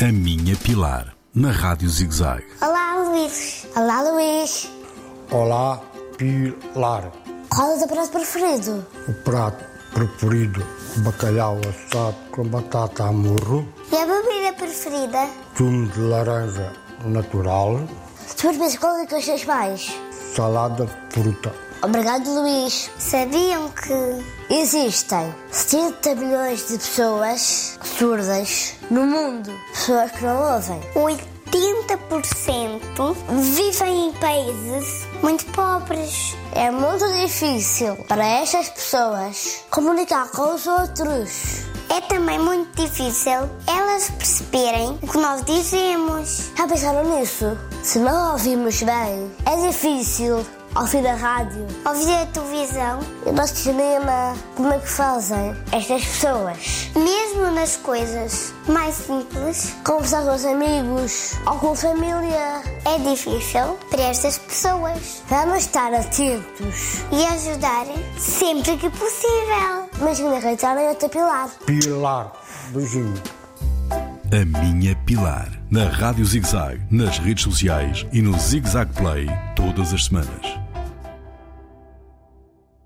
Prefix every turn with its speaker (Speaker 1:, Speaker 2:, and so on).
Speaker 1: A Minha Pilar, na Rádio ZigZag.
Speaker 2: Olá, Luís. Olá, Luís.
Speaker 3: Olá, Pilar.
Speaker 2: Qual é o teu prato preferido?
Speaker 3: O prato preferido, bacalhau assado com batata a murro,
Speaker 2: E a bebida preferida?
Speaker 3: sumo de laranja natural,
Speaker 2: Tu perguntas qual é que gostas mais?
Speaker 3: salada de fruta.
Speaker 2: Obrigado, Luís. Sabiam que existem 70 milhões de pessoas surdas no mundo? Pessoas que não ouvem. 80% vivem em países muito pobres. É muito difícil para estas pessoas comunicar com os outros. É também muito difícil elas perceberem o que nós dizemos. Já pensaram nisso? Se não ouvimos bem, é difícil ouvir a rádio, ouvir a televisão e o nosso cinema. Como é que fazem estas pessoas? Mesmo nas coisas mais simples, conversar com os amigos ou com a família, é difícil para estas pessoas. Vamos estar atentos e ajudar sempre que possível. Mas me arranjarem outro pilar.
Speaker 3: Pilar, beijinho.
Speaker 1: A Minha Pilar, na Rádio ZigZag, nas redes sociais e no ZigZag Play, todas as semanas.